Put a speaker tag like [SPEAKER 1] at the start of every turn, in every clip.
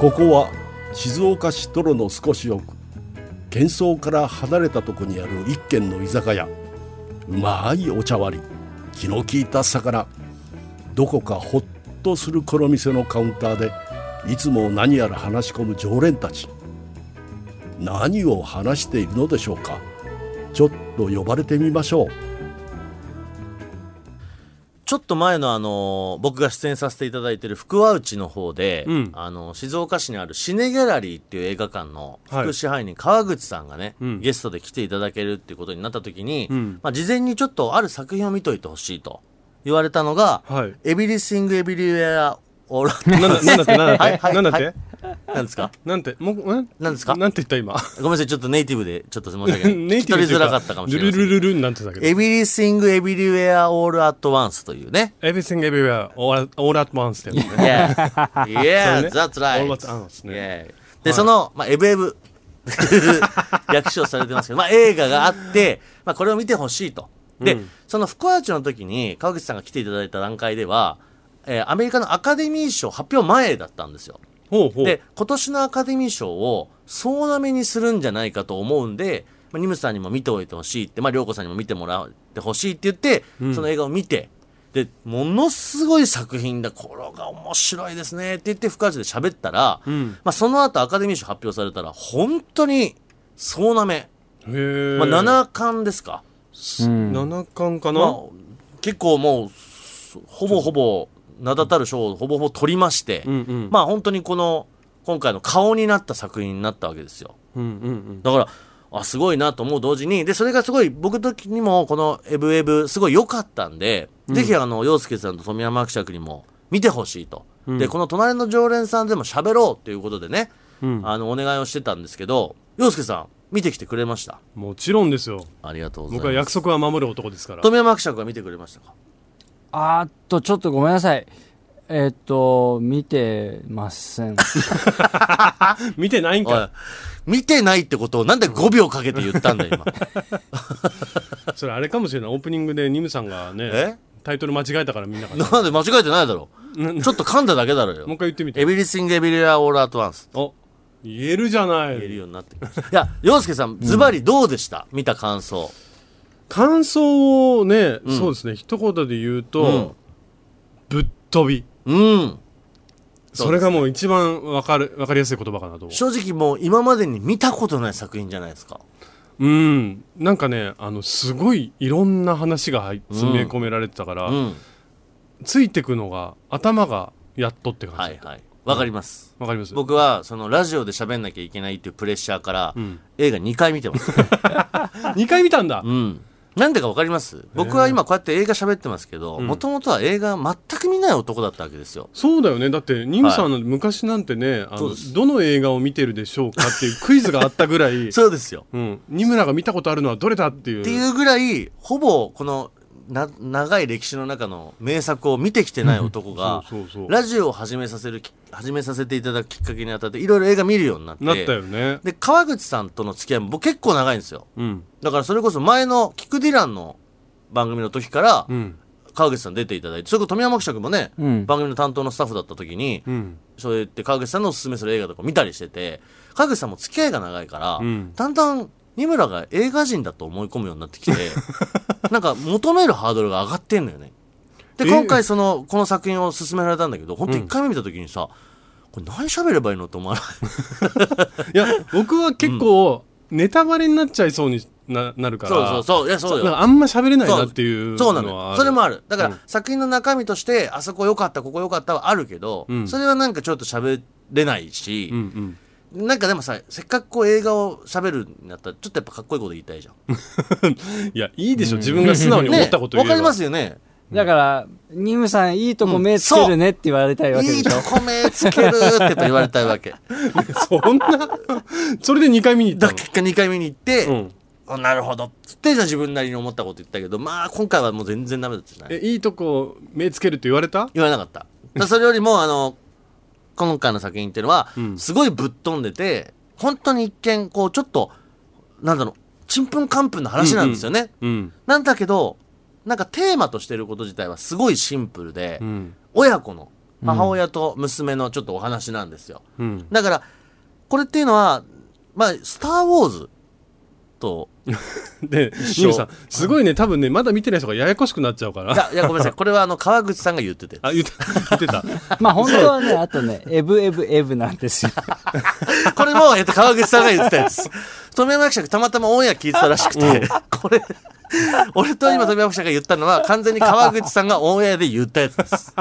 [SPEAKER 1] ここは静岡市泥の少し奥喧騒から離れたとこにある一軒の居酒屋うまいお茶割り気の利いた魚どこかほっとするこの店のカウンターでいつも何やら話し込む常連たち何を話しているのでしょうかちょっと呼ばれてみましょう
[SPEAKER 2] ちょっと前のあの僕が出演させていただいてる福和内の方で、
[SPEAKER 3] うん
[SPEAKER 2] あの静岡市にあるシネギャラリーっていう映画館の
[SPEAKER 3] はい
[SPEAKER 2] 副支配人川口さんがね、
[SPEAKER 3] うん
[SPEAKER 2] ゲストで来ていただけるっていうことになった時に、
[SPEAKER 3] うん
[SPEAKER 2] まあ、事前にちょっとある作品を見といてほしいと言われたのが「
[SPEAKER 3] はい
[SPEAKER 2] エビリシング・エビリウェア・オーラ」
[SPEAKER 3] なんだなんだってなんだ
[SPEAKER 2] はい
[SPEAKER 3] っ
[SPEAKER 2] は
[SPEAKER 3] て
[SPEAKER 2] い
[SPEAKER 3] なんだっ
[SPEAKER 2] は
[SPEAKER 3] て
[SPEAKER 2] なんですか
[SPEAKER 3] なんてもうえ
[SPEAKER 2] なんですか
[SPEAKER 3] なんて言った今
[SPEAKER 2] ごめんなさいちょっとネイティブでちょっと申し訳ない
[SPEAKER 3] ネ
[SPEAKER 2] 聞
[SPEAKER 3] イ
[SPEAKER 2] き
[SPEAKER 3] ティ
[SPEAKER 2] 取
[SPEAKER 3] ブ
[SPEAKER 2] りづらかったかもしれない
[SPEAKER 3] ルルルルルになってたけど
[SPEAKER 2] エビリシング・エビリウェア・オール・アット・ワンスというね
[SPEAKER 3] Everything Everywhere All at, all at Once ってやつね
[SPEAKER 2] Yeah, yeah that's right.
[SPEAKER 3] All at once ね
[SPEAKER 2] Yeah. で、その、まあ、エブエブ、 略称されてますけど、まあ、映画があって、まあ、これを見てほしいと。で、その福和町の時に川口さんが来ていただいた段階では、えーアメリカのアカデミー賞発表前だったんですよ。
[SPEAKER 3] ほうほう
[SPEAKER 2] で、今年のアカデミー賞を総なめにするんじゃないかと思うんで、まあ、ニムさんにも見ておいてほしいって、まあ、涼子さんにも見てもらってほしいって言って、その映画を見て、で、ものすごい作品だ、これが面白いですねって言って、深橋で喋ったら、まあ、その後アカデミー賞発表されたら、本当に総なめ。
[SPEAKER 3] へー
[SPEAKER 2] まあ、7巻ですか。
[SPEAKER 3] 七巻かな、
[SPEAKER 2] まあ、結構もう、そほぼほぼ、名だたる賞をほぼほぼ取りまして、
[SPEAKER 3] うんうん
[SPEAKER 2] まあ本当にこの、今回の顔になった作品になったわけですよ。
[SPEAKER 3] うんうんうん
[SPEAKER 2] だから、あ、すごいなと思う同時に、で、それがすごい、僕の時にも、このエブエブ、すごい良かったんで、ぜひあの、洋介さんと富山伯爵にも見てほしいと、で、この隣の常連さんでも喋ろうということでね、あの、お願いをしてたんですけど、洋介さん、見てきてくれました。
[SPEAKER 3] もちろんですよ
[SPEAKER 2] ありがとうございます。
[SPEAKER 3] 僕は約束は守る男ですから
[SPEAKER 2] 富山伯爵は見てくれましたか
[SPEAKER 4] あーっと、ちょっとごめんなさい。えーっと、見てません。
[SPEAKER 3] 見てないん
[SPEAKER 2] おい
[SPEAKER 3] か、
[SPEAKER 2] 見てないってことをなんで5秒かけて言ったんだ、今。
[SPEAKER 3] それあれかもしれないオープニングでニムさんが
[SPEAKER 2] え
[SPEAKER 3] ねタイトル間違えたからみんながも
[SPEAKER 2] なんで間違えてないだろ。ちょっと噛んだだけだろよ。
[SPEAKER 3] う一回言ってみて
[SPEAKER 2] エビリシング・エビリア・オール・アット・ワンス。
[SPEAKER 3] あ言えるじゃな
[SPEAKER 2] 言える
[SPEAKER 3] い
[SPEAKER 2] ようになってきました。いや、洋介さん、ズバリどうでした、見た感想。
[SPEAKER 3] 感想をね、そうですね一言で言うと、ぶっ飛び
[SPEAKER 2] うん。
[SPEAKER 3] それがもう一番わかるわかりやすい言葉かなと思
[SPEAKER 2] 正直もう今までに見たことない作品じゃないですか。
[SPEAKER 3] ううんなんかねあのすごいいろんな話が入っ
[SPEAKER 2] ん
[SPEAKER 3] 詰め込められてたから、
[SPEAKER 2] うん。
[SPEAKER 3] ついてくのが頭がやっとって感じわ、
[SPEAKER 2] はいはい。わかります。
[SPEAKER 3] かります
[SPEAKER 2] 僕は、その、ラジオで喋んなきゃいけないっていうプレッシャーから、
[SPEAKER 3] ん
[SPEAKER 2] 映画2回見てます。
[SPEAKER 3] 2回見たんだ、
[SPEAKER 2] うん。なんでかわかります僕は今こうやって映画喋ってますけど、もともとは映画全く見ない男だったわけですよ。
[SPEAKER 3] そうだよねだってニムさんの昔なんてね、あ
[SPEAKER 2] そう
[SPEAKER 3] の
[SPEAKER 2] です
[SPEAKER 3] どの映画を見てるでしょうかっていうクイズがあったぐらい
[SPEAKER 2] そうですよ。
[SPEAKER 3] うん、ニムラが見たことあるのはどれだっていう、
[SPEAKER 2] っていうぐらい、ほぼこのな長い歴史の中の名作を見てきてない男が
[SPEAKER 3] そうそうそう
[SPEAKER 2] ラジオを始めさせるき、始めさせていただくきっかけにあたって、いろいろ映画見るようになって。
[SPEAKER 3] なったよね、
[SPEAKER 2] で、川口さんとの付き合いも僕結構長いんですよ。
[SPEAKER 3] うん
[SPEAKER 2] だからそれこそ前のキクディランの番組の時から、
[SPEAKER 3] ん
[SPEAKER 2] 川口さん出ていただいて、それこそ富山伯爵もね、
[SPEAKER 4] うん
[SPEAKER 2] 番組の担当のスタッフだった時に、
[SPEAKER 3] うん、
[SPEAKER 2] そうやって川口さんのおすすめする映画とか見たりしてて、川口さんも付き合いが長いから、
[SPEAKER 3] ん
[SPEAKER 2] だんだん二村が映画人だと思い込むようになってきて、 なんか求めるハードルが上がってんのよね。で、
[SPEAKER 3] え
[SPEAKER 2] 今回その、この作品を勧められたんだけど、本当一回目見た時にさ、これ何喋ればいいのって思わない。
[SPEAKER 3] いや僕は結構ネタバレになっちゃいそうにななるから
[SPEAKER 2] そうそうそう、いやそう
[SPEAKER 3] なん
[SPEAKER 2] よ。
[SPEAKER 3] かあんま喋れないなっていう
[SPEAKER 2] そうな
[SPEAKER 3] のは
[SPEAKER 2] のよ。
[SPEAKER 3] ある
[SPEAKER 2] それもある。だから、作品の中身として、あそこ良かった、ここ良かったはあるけど、
[SPEAKER 3] ん
[SPEAKER 2] それはなんかちょっと喋れないし、
[SPEAKER 3] うんうん
[SPEAKER 2] なんかでもさ、せっかくこう映画を喋るんだったら、ちょっとやっぱかっこいいこと言いたいじゃん。
[SPEAKER 3] いやいいでしょ自分が素直に思ったこと言
[SPEAKER 2] ねわ
[SPEAKER 3] え
[SPEAKER 2] か
[SPEAKER 3] ば、
[SPEAKER 2] りますよね。
[SPEAKER 4] だから、ニムさん、いいとこ目つけるねって言われたいわけで
[SPEAKER 2] いい
[SPEAKER 4] し
[SPEAKER 2] と
[SPEAKER 4] ょ。
[SPEAKER 2] こ目つけるってやっぱ言われたいわ け。
[SPEAKER 3] そんなそれで2回見に行った
[SPEAKER 2] だ
[SPEAKER 3] の
[SPEAKER 2] 結果2回目に行って、
[SPEAKER 3] うん
[SPEAKER 2] あなるほどっつってじゃあ自分なりに思ったこと言ったけど、まあ今回はもう全然ダメだったじゃない
[SPEAKER 3] えいいとこ目つけるって言われた
[SPEAKER 2] 言わなかった。だからそれよりも、あの、今回の作品っていうのは、
[SPEAKER 3] ん
[SPEAKER 2] すごいぶっ飛んでて、本当に一見、こう、ちょっと、なんだろう、ちんぷんかんぷんの話なんですよね。
[SPEAKER 3] うん
[SPEAKER 2] なんだけど、なんかテーマとしてること自体はすごいシンプルで、
[SPEAKER 3] うん
[SPEAKER 2] 親子の母親と娘のちょっとお話なんですよ。
[SPEAKER 3] うん。
[SPEAKER 2] だから、これっていうのは、まあ、スター・ウォーズと、
[SPEAKER 3] で、
[SPEAKER 2] 一緒
[SPEAKER 3] ニムさん、すごいね、多分ね、まだ見てない人がややこしくなっちゃうから。
[SPEAKER 2] い や、いやごめんなさい。これはあの、川口さんが言ってて。
[SPEAKER 3] あ、言って言ってた。
[SPEAKER 4] まあ本当はね、あとね、エブエブエブなんですよ。
[SPEAKER 2] これも、えっと、川口さんが言ってたやつ。富山記者がたまたまオンエア聞いてたらしくて、これ、俺と今富山記者が言ったのは、完全に川口さんがオンエアで言ったやつです。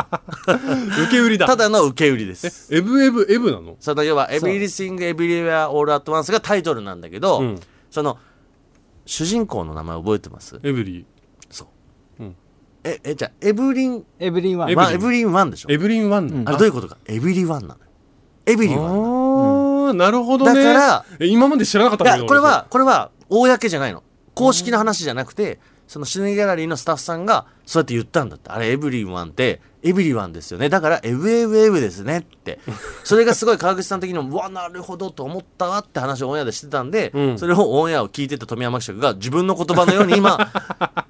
[SPEAKER 3] 受け売りだ。
[SPEAKER 2] ただの受け売りです。
[SPEAKER 3] エブエブエブなの
[SPEAKER 2] その、要は、エビリシング・エビリウェア・オール・アット・ワンスがタイトルなんだけど、
[SPEAKER 3] うん
[SPEAKER 2] その、主人公の名前覚えてます
[SPEAKER 3] エブリ
[SPEAKER 2] え、え、じゃあエブリン、
[SPEAKER 4] エブリンは
[SPEAKER 3] エブリン。
[SPEAKER 2] ワンエブリン・ワンでしょ
[SPEAKER 3] エブリンワンなの
[SPEAKER 2] あれどういうことか。エビリワンなのよ。エビリワンなの。
[SPEAKER 3] ああ、なるほどね。
[SPEAKER 2] だから
[SPEAKER 3] え、今まで知らなかった
[SPEAKER 2] い
[SPEAKER 3] んだけ
[SPEAKER 2] や、
[SPEAKER 3] ど。
[SPEAKER 2] これ
[SPEAKER 3] 俺
[SPEAKER 2] は、これは、公じゃないの。公式の話じゃなくて、そのシネギャラリーのスタッフさんが、そうやって言ったんだって。あれ、エブリワンって、エビリワンですよね。だから、エブエブエブですねって。それがすごい川口さん的にも、うわ、なるほどと思ったわって話をオンエアでしてたんで、
[SPEAKER 3] うん
[SPEAKER 2] それをオンエアを聞いてた富山記者が、自分の言葉のように今、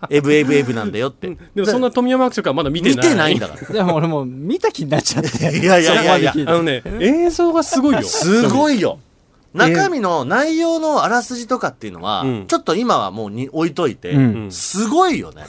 [SPEAKER 2] エブエブエブなんだよって。
[SPEAKER 3] でもそんな富山学者はまだ見て
[SPEAKER 2] 見
[SPEAKER 3] ない。
[SPEAKER 2] てないんだか
[SPEAKER 4] でも俺もう見た気になっちゃって。
[SPEAKER 2] ら。いやいやいやいや
[SPEAKER 4] そこまで聞い。て
[SPEAKER 3] あのね、映像がすごいよ。
[SPEAKER 2] すごいよ。中身の内容のあらすじとかっていうのは、
[SPEAKER 3] うん
[SPEAKER 2] ちょっと今はもうに置いといて、
[SPEAKER 4] うん
[SPEAKER 2] すごいよね。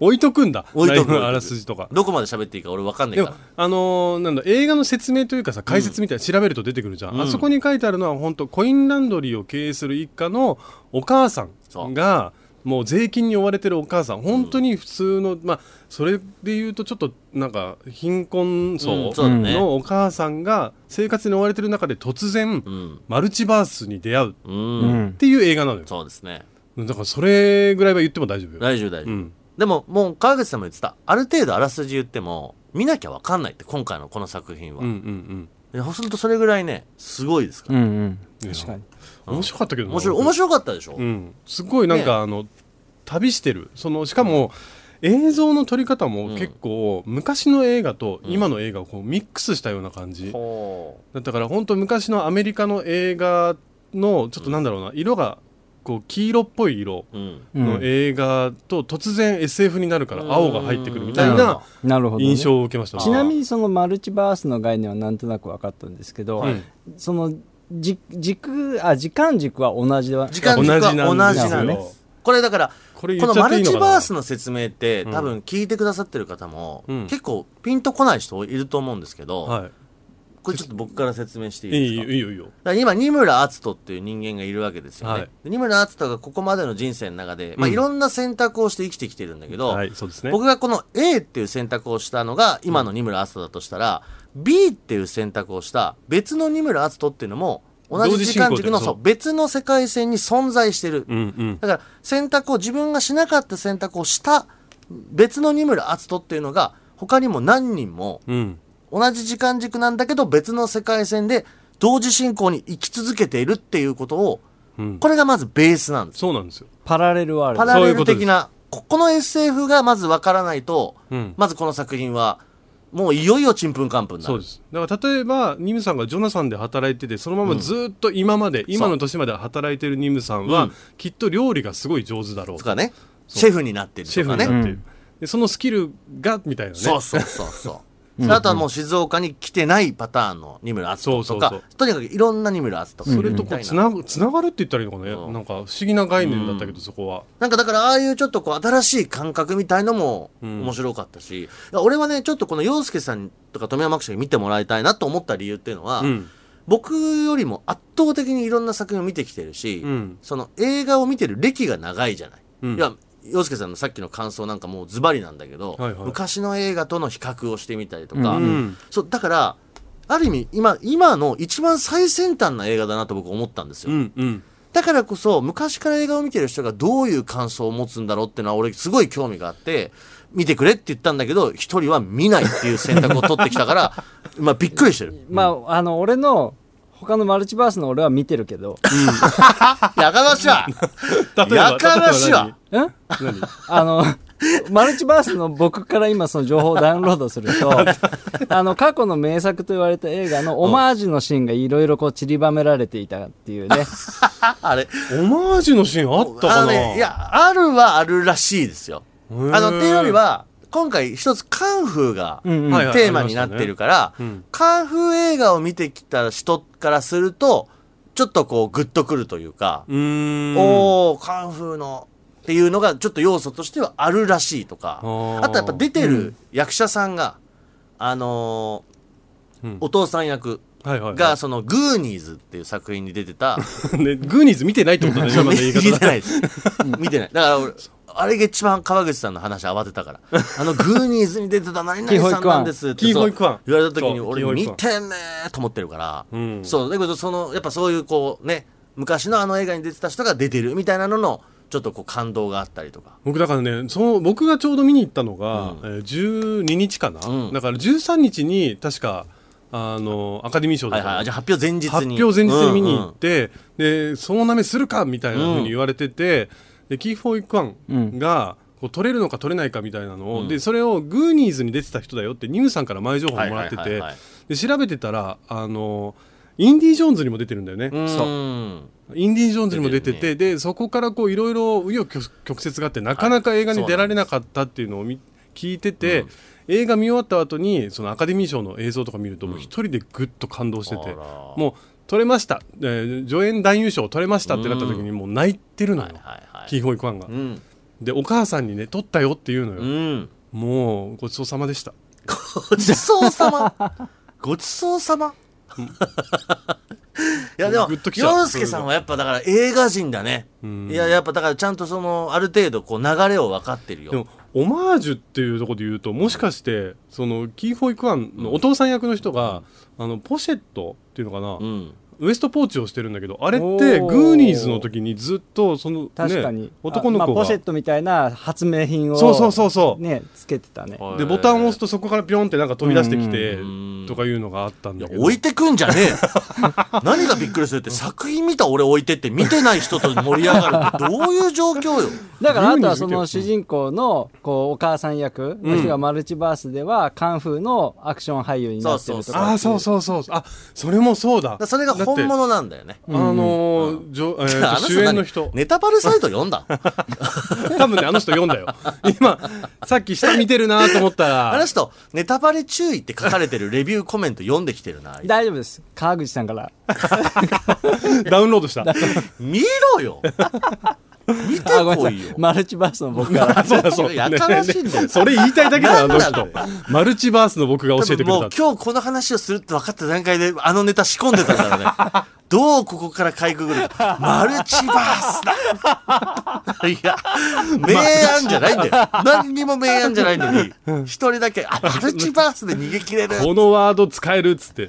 [SPEAKER 3] 置いとくんだ。
[SPEAKER 2] 置いとく
[SPEAKER 3] 内容のあらすじとか。
[SPEAKER 2] どこまで喋っていいか俺わかんない
[SPEAKER 3] で
[SPEAKER 2] か
[SPEAKER 3] も
[SPEAKER 2] ら。、
[SPEAKER 3] あのーなんだ、映画の説明というかさ、解説みたいな、調べると出てくるじゃん。
[SPEAKER 2] うん
[SPEAKER 3] あそこに書いてあるのは、本当コインランドリーを経営する一家のお母さんが、もう税金に追われてるお母さん、本当に普通の、まあ、それで言うとちょっと、なんか、貧困
[SPEAKER 2] うん
[SPEAKER 3] 層
[SPEAKER 2] そうだね
[SPEAKER 3] のお母さんが、生活に追われてる中で突然
[SPEAKER 2] う、ん。
[SPEAKER 3] マルチバースに出会うっ
[SPEAKER 2] うん。
[SPEAKER 4] うん。
[SPEAKER 3] ていう映画なのよ。
[SPEAKER 2] そうですね。
[SPEAKER 3] だから、それぐらいは言っても大丈夫よ。
[SPEAKER 2] 大丈夫大丈夫。
[SPEAKER 3] うん。
[SPEAKER 2] でももう川口さんも言ってた。ある程度あらすじ言っても、見なきゃわかんないって今回のこの作品は
[SPEAKER 3] うんうんう。
[SPEAKER 2] で
[SPEAKER 3] ん。
[SPEAKER 2] そうするとそれぐらいね、すごいですか
[SPEAKER 4] う
[SPEAKER 2] ら。
[SPEAKER 4] んうん。
[SPEAKER 3] いや
[SPEAKER 4] 確かに。
[SPEAKER 3] 面白かったけどな
[SPEAKER 2] 面白い、面白かったでしょ、
[SPEAKER 3] うん、すごいなんか、あの旅してるそのしかも、映像の撮り方も結構、昔の映画と今の映画をこうミックスしたような感じ、
[SPEAKER 2] ほ
[SPEAKER 3] だから本当昔のアメリカの映画のちょっとなんだろうな、色がこう黄色っぽい色
[SPEAKER 2] う。うん。
[SPEAKER 4] うん
[SPEAKER 3] の映画と突然 SF になるから青が入ってくるみたい
[SPEAKER 2] うん
[SPEAKER 3] な
[SPEAKER 4] なるほどね。
[SPEAKER 3] 印象を受けました、
[SPEAKER 4] ちなみにそのマルチバースの概念はなんとなく分かったんですけど、
[SPEAKER 3] はい
[SPEAKER 4] そのじ軸あ時間軸は同じでは
[SPEAKER 2] 時間軸
[SPEAKER 3] 同じ
[SPEAKER 2] は
[SPEAKER 3] なん
[SPEAKER 2] 同
[SPEAKER 3] で
[SPEAKER 2] じ
[SPEAKER 3] す
[SPEAKER 2] な
[SPEAKER 3] よ、
[SPEAKER 2] んです。これだから、
[SPEAKER 3] これ言
[SPEAKER 2] この
[SPEAKER 3] っちゃ
[SPEAKER 2] マ
[SPEAKER 3] ってい
[SPEAKER 2] ル
[SPEAKER 3] いの
[SPEAKER 2] チ
[SPEAKER 3] かな
[SPEAKER 2] バースの説明って、
[SPEAKER 3] うん
[SPEAKER 2] 多分聞いてくださってる方も、
[SPEAKER 3] うん
[SPEAKER 2] 結構ピンとこない人いると思うんですけど、
[SPEAKER 3] は
[SPEAKER 2] これちょっと僕から説明してい
[SPEAKER 3] い、い
[SPEAKER 2] いです
[SPEAKER 3] いよ
[SPEAKER 2] か
[SPEAKER 3] いいよいいよ
[SPEAKER 2] だから今、二村篤人っていう人間がいるわけですよね。
[SPEAKER 3] はい
[SPEAKER 2] で二村篤人がここまでの人生の中で、まあ、
[SPEAKER 3] うん
[SPEAKER 2] いろんな選択をして生きてきてるんだけど、
[SPEAKER 3] はいそうですね
[SPEAKER 2] 僕がこの A っていう選択をしたのが今の二村篤人だとしたら、B っていう選択をした別の二村篤人っていうのも同
[SPEAKER 3] 同
[SPEAKER 2] じ
[SPEAKER 3] 時
[SPEAKER 2] 時
[SPEAKER 3] 進行
[SPEAKER 2] 間軸の
[SPEAKER 3] って
[SPEAKER 2] そ
[SPEAKER 3] こと
[SPEAKER 2] う別の世界線に存在してる
[SPEAKER 3] うんうん
[SPEAKER 2] だから選択を自分がしなかった選択をした別の二村篤人っていうのが他にも何人も
[SPEAKER 3] うん
[SPEAKER 2] 同じ時間軸なんだけど別の世界線で同時進行に生き続けているっていうことを
[SPEAKER 3] うん
[SPEAKER 2] これがまずベースなんです
[SPEAKER 3] そうなんですよ
[SPEAKER 4] パラレルワール
[SPEAKER 2] パ
[SPEAKER 4] ド
[SPEAKER 2] ラ
[SPEAKER 3] そうい
[SPEAKER 2] レ
[SPEAKER 3] う
[SPEAKER 2] ル
[SPEAKER 3] ことです
[SPEAKER 2] 的なここの SF がまずわからないと、
[SPEAKER 3] うん
[SPEAKER 2] まずこの作品はもういよいよちんぷんかんぷんにな
[SPEAKER 3] そう
[SPEAKER 2] る
[SPEAKER 3] ですだから例えばニムさんがジョナサンで働いててそのままずっと今まで、今の年まで働いてるニムさんは、
[SPEAKER 2] うん
[SPEAKER 3] きっと料理がすごい上手だろう
[SPEAKER 2] とかねシェフになってる
[SPEAKER 3] シェ
[SPEAKER 2] と
[SPEAKER 3] フに
[SPEAKER 2] か
[SPEAKER 3] な
[SPEAKER 2] ね、
[SPEAKER 3] ってる、でそのスキルがみたいなね
[SPEAKER 2] そうそうそう そうあとはもう静岡に来てないパターンの二村篤人とか
[SPEAKER 3] そうそう
[SPEAKER 2] とにかくいろんな二村篤人とか
[SPEAKER 3] それとこう
[SPEAKER 2] みたい
[SPEAKER 3] つ
[SPEAKER 2] な
[SPEAKER 3] なぐつながるって言ったらいいのかね、
[SPEAKER 2] うん
[SPEAKER 3] なんか不思議な概念だったけど、そこは
[SPEAKER 2] なんかだからああいうちょっとこう新しい感覚みたいのも
[SPEAKER 3] うん
[SPEAKER 2] 面白かったし、いや俺はねちょっとこの洋介さんとか富山学者に見てもらいたいなと思った理由っていうのは、
[SPEAKER 3] うん
[SPEAKER 2] 僕よりも圧倒的にいろんな作品を見てきてるし、
[SPEAKER 3] うん
[SPEAKER 2] その映画を見てる歴が長いじゃない。
[SPEAKER 3] うん
[SPEAKER 2] いや洋介さんのさっきの感想なんかもうズバリなんだけど、
[SPEAKER 3] はいはい
[SPEAKER 2] 昔の映画との比較をしてみたりとか、
[SPEAKER 3] うん
[SPEAKER 2] そうだからある意味今今の一番最先端な映画だなと僕思ったんですよ。
[SPEAKER 3] うんうん
[SPEAKER 2] だからこそ昔から映画を見てる人がどういう感想を持つんだろうっていうのは俺すごい興味があって見てくれって言ったんだけど一人は見ないっていう選択を取ってきたから まあびっくりしてる。
[SPEAKER 4] まああの俺の他のマルチバースの俺は見てるけど、
[SPEAKER 2] やかましい わやかましいわ
[SPEAKER 4] うん、 あのマルチバースの僕から今その情報をダウンロードす るとあの過去の名作と言われた映画のオマージュのシーンがいろいろこう散りばめられていたっていうね
[SPEAKER 2] あれ
[SPEAKER 3] オマージュのシーンあったか
[SPEAKER 2] あ
[SPEAKER 3] な
[SPEAKER 2] のねいやあるはあるらしいですよ。
[SPEAKER 3] へー
[SPEAKER 2] あのっていうよりは今回一つカンフーがテ
[SPEAKER 4] んうん
[SPEAKER 3] はいはい
[SPEAKER 2] ーマになってるから、
[SPEAKER 3] りましたねうん
[SPEAKER 2] カンフー映画を見てきた人からすると、ちょっとこうグッとくるというか、
[SPEAKER 3] うーん
[SPEAKER 2] おー、カンフーのっていうのがちょっと要素としてはあるらしいとか
[SPEAKER 3] あ、ー
[SPEAKER 2] あとやっぱ出てる役者さんが、あのー
[SPEAKER 3] うん
[SPEAKER 2] お父さん役
[SPEAKER 3] はいはいはい
[SPEAKER 2] がそのグーニーズっていう作品に出てた、
[SPEAKER 3] ね、グーニーズ見てないってこ と だね、今の言い
[SPEAKER 2] 見て
[SPEAKER 3] 方だ。
[SPEAKER 2] ない です。見てない。だから俺、あれが一番川口さんの話慌てた から。あの、グーニーズに出てた何々さんなんですって
[SPEAKER 3] キーホ
[SPEAKER 2] そう
[SPEAKER 3] イクワン
[SPEAKER 2] 言われた時に
[SPEAKER 3] そう
[SPEAKER 2] 俺
[SPEAKER 3] キーホイ
[SPEAKER 2] 見
[SPEAKER 3] クワン
[SPEAKER 2] てねーと思ってるから。
[SPEAKER 3] うん
[SPEAKER 2] そう。だけど、その、やっぱそういうこうね、昔のあの映画に出てた人が出てるみたいなのの、ちょっとこう感動があったりとか。
[SPEAKER 3] 僕だからねその僕がちょうど見に行ったのが、えー12日かな、
[SPEAKER 2] うん
[SPEAKER 3] だから13日に確かあのアカデミー賞だ
[SPEAKER 2] はい
[SPEAKER 3] から、
[SPEAKER 2] はい。あじゃあ発表前日に。
[SPEAKER 3] 発表前日に見に
[SPEAKER 2] うんう
[SPEAKER 3] 行
[SPEAKER 2] ん
[SPEAKER 3] って、で総なめするかみたいなふうに言われてて、でキー・フォー・イクワンが、こう取れるのか取れないかみたいなのを、でそれをグーニーズに出てた人だよってニムさんから前情報もらっ
[SPEAKER 2] はいはい
[SPEAKER 3] てて
[SPEAKER 2] はいはい
[SPEAKER 3] で調べてたらあのインディ・ジョーンズにも出てるんだよね。
[SPEAKER 2] う。
[SPEAKER 3] そうんインディ・ジョーンズにも出てて
[SPEAKER 2] 出て
[SPEAKER 3] でそこからこういろいろ紆余曲曲折があってなかなか映画に出られなかったっていうのを見聞いてて、映画見終わった後にそのアカデミー賞の映像とか見るともう一人でぐっと感動してて、
[SPEAKER 2] あら
[SPEAKER 3] もう取れました、えー助演男優賞取れましたってなった時にもう泣いてるのよ、
[SPEAKER 2] はいはいはい。
[SPEAKER 3] キーホイクワンが
[SPEAKER 2] う。ん。
[SPEAKER 3] でお母さんにね取ったよっていうの
[SPEAKER 2] う
[SPEAKER 3] よ、
[SPEAKER 2] ん。
[SPEAKER 3] もうごちそうさまでした
[SPEAKER 2] ごちそうさま。 ごちそうさま。いやでも
[SPEAKER 3] グッと、きちゃう
[SPEAKER 2] 洋介さんはやっぱだから映画人だね。いや、やっぱだからちゃんとその、ある程度こう流れを分かってる
[SPEAKER 3] でも
[SPEAKER 2] よ。
[SPEAKER 3] オマージュっていうところで言うともしかしてそのキー・フォイクワンのお父さん役の人が、あのポシェットっていうのかな、
[SPEAKER 2] うん。
[SPEAKER 3] ウエストポーチをしてるんだけどあれっ
[SPEAKER 4] お
[SPEAKER 3] て
[SPEAKER 4] ー
[SPEAKER 3] グーニーズの時にずっとその、ね、
[SPEAKER 4] 確かに、
[SPEAKER 3] 男の
[SPEAKER 4] あま
[SPEAKER 3] 子
[SPEAKER 4] あ
[SPEAKER 3] が、
[SPEAKER 4] ポシェットみたいな発明品を
[SPEAKER 3] そうそうそうそう、
[SPEAKER 4] ねつけてたね
[SPEAKER 3] でボタンを押すとそこからピョンってなんか飛び出してきて
[SPEAKER 2] うん
[SPEAKER 3] とかいうのがあったん
[SPEAKER 2] いや
[SPEAKER 3] だけど
[SPEAKER 2] 置いてくんじゃねえ よ何がびっくりするって作品見た俺置いてって見てない人と盛り上がるってどういう状況よ
[SPEAKER 4] だからあとは
[SPEAKER 3] グーニーズ
[SPEAKER 4] そ
[SPEAKER 3] 見てよ
[SPEAKER 4] の主人公のこうお母さん役の人がマルチバースではカンフーのアクション俳優になってると
[SPEAKER 3] あ
[SPEAKER 4] か
[SPEAKER 3] あそうそうそうあそれもそうだ
[SPEAKER 2] だからそれが本
[SPEAKER 3] だって
[SPEAKER 2] 物なんだよね
[SPEAKER 3] あのーじょえー
[SPEAKER 2] あ
[SPEAKER 3] と
[SPEAKER 2] 人
[SPEAKER 3] 主演の人
[SPEAKER 2] 何ネタバレサイト読んだ
[SPEAKER 3] 多分ねあの人読んだよ今さっき下見てるなと思ったら
[SPEAKER 2] あの人ネタバレ注意って書かれてるレビューコメント読んできてるなあいつ
[SPEAKER 4] 大丈夫です川口さんから
[SPEAKER 3] ダウンロードした
[SPEAKER 2] 見ろよ見て
[SPEAKER 4] あご
[SPEAKER 2] こ
[SPEAKER 4] めん
[SPEAKER 2] い
[SPEAKER 4] なさ
[SPEAKER 2] よ
[SPEAKER 4] いマルチバースの僕から
[SPEAKER 3] そうだそう
[SPEAKER 2] やかましいんだよ
[SPEAKER 3] ねそれ言いたいだけだあの
[SPEAKER 2] なんな
[SPEAKER 3] 人マルチバースの僕が 教えてくれ
[SPEAKER 2] も
[SPEAKER 3] た
[SPEAKER 2] う今日この話をするって分かった段階であのネタ仕込んでたからねどうここからかいくぐるかマルチバースだいや明暗じゃないんだよ何にも明暗じゃないのに一人だけあマルチバースで逃げ切 れる
[SPEAKER 3] このワード使えるっつって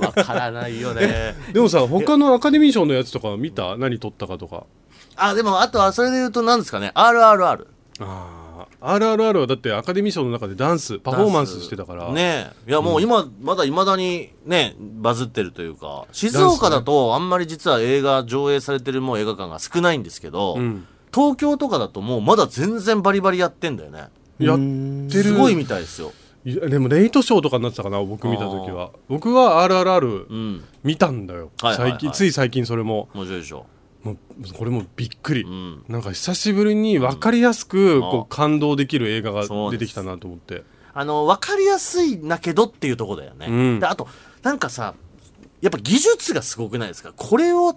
[SPEAKER 2] 分からないよね
[SPEAKER 3] でもさ他のアカデミー賞のやつとか見た何取ったかとか
[SPEAKER 2] あでもあとはそれで言うと何ですかね RRR
[SPEAKER 3] ああ RRR はだってアカデミー賞の中でダンスパフォーマンスしてたから
[SPEAKER 2] ねえいやもう今、まだいまだにねバズってるというか静岡だとあんまり実は映画上映されてるもう映画館が少ないんですけど、
[SPEAKER 3] ん
[SPEAKER 2] 東京とかだともうまだ全然バリバリやってんだよね
[SPEAKER 3] やってる
[SPEAKER 2] すごいみたいですよ、
[SPEAKER 3] いやでもレイトショーとかになってたかな僕見た時は僕は
[SPEAKER 2] う
[SPEAKER 3] RRR
[SPEAKER 2] ん、
[SPEAKER 3] 見たんだよ、
[SPEAKER 2] はいはいはい
[SPEAKER 3] 最近つい最近それも
[SPEAKER 2] 面白いでしょ
[SPEAKER 3] もうこれもびっくり、
[SPEAKER 2] ん
[SPEAKER 3] なんか久しぶりに分かりやすく、
[SPEAKER 2] ん
[SPEAKER 3] こう感動できる映画が
[SPEAKER 2] そう
[SPEAKER 3] 出
[SPEAKER 2] です
[SPEAKER 3] てきたなと思って
[SPEAKER 2] あの分かりやすいんだけどっていうとこだよね、
[SPEAKER 3] うん
[SPEAKER 2] であとなんかさやっぱ技術がすごくないですかこれを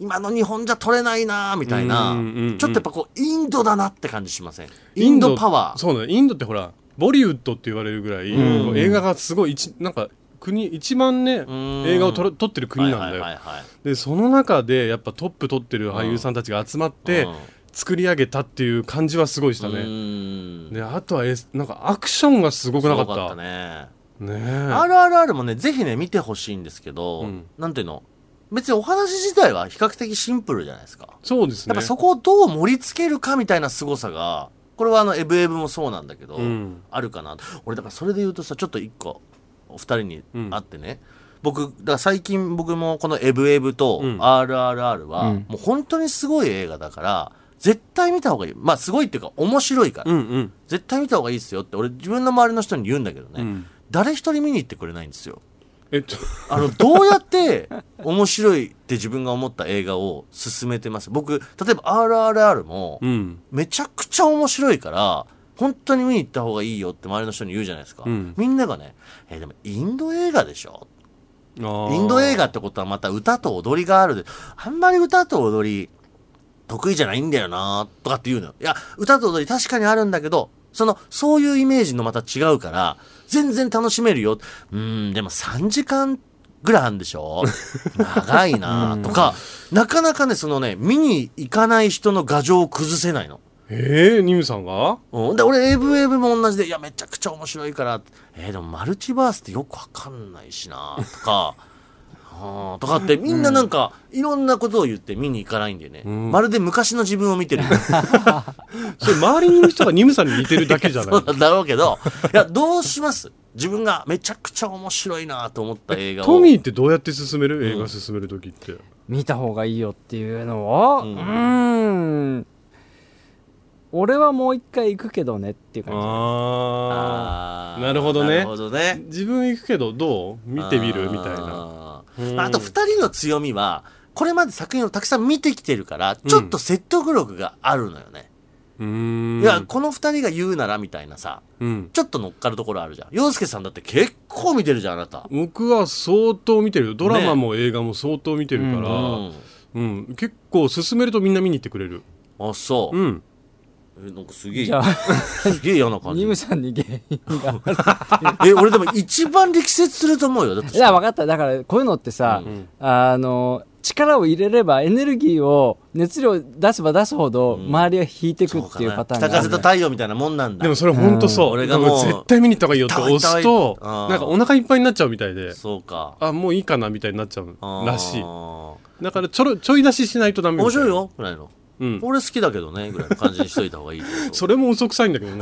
[SPEAKER 2] 今の日本じゃ取れないなみたいな、
[SPEAKER 3] うんうんうんうん
[SPEAKER 2] ちょっとやっぱこうインドだなって感じしませんインドパワー
[SPEAKER 3] そうだねインドってほらボリウッドって言われるぐらい、
[SPEAKER 2] ん
[SPEAKER 3] こう映画がすごい一なんか国一番ね
[SPEAKER 2] ん
[SPEAKER 3] 映画を撮る撮ってる国なんだよ、
[SPEAKER 2] はいはいはいはい
[SPEAKER 3] でその中でやっぱトップ撮ってる俳優さんたちが集まって
[SPEAKER 2] うん
[SPEAKER 3] 作り上げたっていう感じはすごいした
[SPEAKER 2] う
[SPEAKER 3] ね、
[SPEAKER 2] ーん
[SPEAKER 3] であとはえなんかアクションがすごくなかった
[SPEAKER 2] すごかったね
[SPEAKER 3] ねえ
[SPEAKER 2] RRR もねぜひね見てほしいんですけど、
[SPEAKER 3] うん
[SPEAKER 2] なんていうの別にお話自体は比較的シンプルじゃないですか
[SPEAKER 3] そうです
[SPEAKER 2] や
[SPEAKER 3] ね
[SPEAKER 2] っぱそこをどう盛り付けるかみたいな凄さがこれはあの「エブエブ」もそうなんだけど、
[SPEAKER 3] うん
[SPEAKER 2] あるかな俺だからそれで言うとさちょっと一個お二人に会ってね、僕だから最近僕もこの「エブエブ」と「
[SPEAKER 3] うん
[SPEAKER 2] RRR」は
[SPEAKER 4] うん
[SPEAKER 2] もう本当にすごい映画だから絶対見た方がいいまあすごいっていうか面白いから、
[SPEAKER 3] うんうん
[SPEAKER 2] 絶対見た方がいいですよって俺自分の周りの人に言うんだけどね、
[SPEAKER 3] うん
[SPEAKER 2] 誰一人見に行ってくれないんですよ
[SPEAKER 3] えっと
[SPEAKER 2] あのどうやって 面白いって自分が思った映画を進めてます僕例えば「RRR」も
[SPEAKER 3] うん
[SPEAKER 2] めちゃくちゃ面白いから本当に見に行った方がいいよって周りの人に言うじゃないですか、
[SPEAKER 3] うん
[SPEAKER 2] みんながね、えーでもインド映画でしょ
[SPEAKER 3] イン
[SPEAKER 2] インド映画ってことはまた歌と踊りがあるで、あんまり歌と踊り得意じゃないんだよなとかって言うのよ。いや、歌と踊り確かにあるんだけど、その、そういうイメージのまた違うから、全然楽しめるよ。うーん、でも3時間ぐらいあるんでしょ長いなとか、なかなかね、そのね、見に行かない人の牙城を崩せないの。
[SPEAKER 3] ええニムさんが
[SPEAKER 2] うん、で俺エブエブも同じで「いやめちゃくちゃ面白いからって」えーでもマルチバースってよくわかんないしな」とか。 あーとかってみんななんか、いろんなことを言って見に行かないんでね、
[SPEAKER 3] ん
[SPEAKER 2] まるで昔の自分を見てる
[SPEAKER 3] それ周りにいる人がニムさんに似てるだけじゃな
[SPEAKER 2] そ
[SPEAKER 3] い
[SPEAKER 2] うなんだろうけどいやどうします自分がめちゃくちゃ面白いなと思った映画を
[SPEAKER 3] トミーってどうやって進める映画進める時って、
[SPEAKER 4] 見た方がいいよっていうのをう
[SPEAKER 2] うん
[SPEAKER 4] ーん俺はもう一回行くけどねっていう感
[SPEAKER 3] あ
[SPEAKER 2] あー
[SPEAKER 3] なるほど
[SPEAKER 2] な
[SPEAKER 3] ね
[SPEAKER 2] るほど
[SPEAKER 3] あ
[SPEAKER 2] ね
[SPEAKER 3] 自分行くけどどう見てみるみたいな
[SPEAKER 2] あ
[SPEAKER 3] う
[SPEAKER 2] ー
[SPEAKER 3] ん
[SPEAKER 2] まああと2人の強みはこれまで作品をたくさん見てきてるからちょっと説得力があるのよね、
[SPEAKER 3] うーん
[SPEAKER 2] いや、この2人が言うならみたいなさ
[SPEAKER 3] うん
[SPEAKER 2] ちょっと乗っかるところあるじゃん洋介さんだって結構見てるじゃんあなた
[SPEAKER 3] 僕は相当見てるよドラマも映画も相当見てるから、
[SPEAKER 2] う
[SPEAKER 3] うん
[SPEAKER 2] ん
[SPEAKER 3] 結構進めるとみんな見に行ってくれる
[SPEAKER 2] あそううんえなんかす
[SPEAKER 4] じ
[SPEAKER 2] げえ
[SPEAKER 4] じゃあ
[SPEAKER 2] すげえ嫌な感
[SPEAKER 4] ニ
[SPEAKER 2] じ
[SPEAKER 4] ムさんに原因がある
[SPEAKER 2] え俺でも一番力説すると思うよだって
[SPEAKER 4] いや分かっただからこういうのってさ、
[SPEAKER 2] うん
[SPEAKER 4] あの力を入れればエネルギーを熱量出せば出すほど周りが引いてく
[SPEAKER 2] そう
[SPEAKER 4] っ
[SPEAKER 2] か
[SPEAKER 4] ていうパ
[SPEAKER 2] な
[SPEAKER 4] ターン
[SPEAKER 2] 北
[SPEAKER 4] があ
[SPEAKER 2] 風
[SPEAKER 4] る
[SPEAKER 2] と太陽みたいなもんなんだ
[SPEAKER 3] でもそれ本当そう、
[SPEAKER 2] うん俺
[SPEAKER 3] だ
[SPEAKER 2] が
[SPEAKER 3] から
[SPEAKER 2] もう
[SPEAKER 3] 絶対見に行った方がいいよって押すと
[SPEAKER 2] 行った方がいいうん
[SPEAKER 3] なんかお腹いっぱいになっちゃうみたいで
[SPEAKER 2] そうか
[SPEAKER 3] あもういいかなみたいになっちゃう
[SPEAKER 2] あー
[SPEAKER 3] らしい
[SPEAKER 2] 面
[SPEAKER 3] だからちょろちょい出ししないとダメみた
[SPEAKER 2] 白い、よぐらいの
[SPEAKER 3] うん、
[SPEAKER 2] 俺好きだけどねぐらいの感じにしといた方がいいと思う
[SPEAKER 3] それも嘘くさいんだ けどね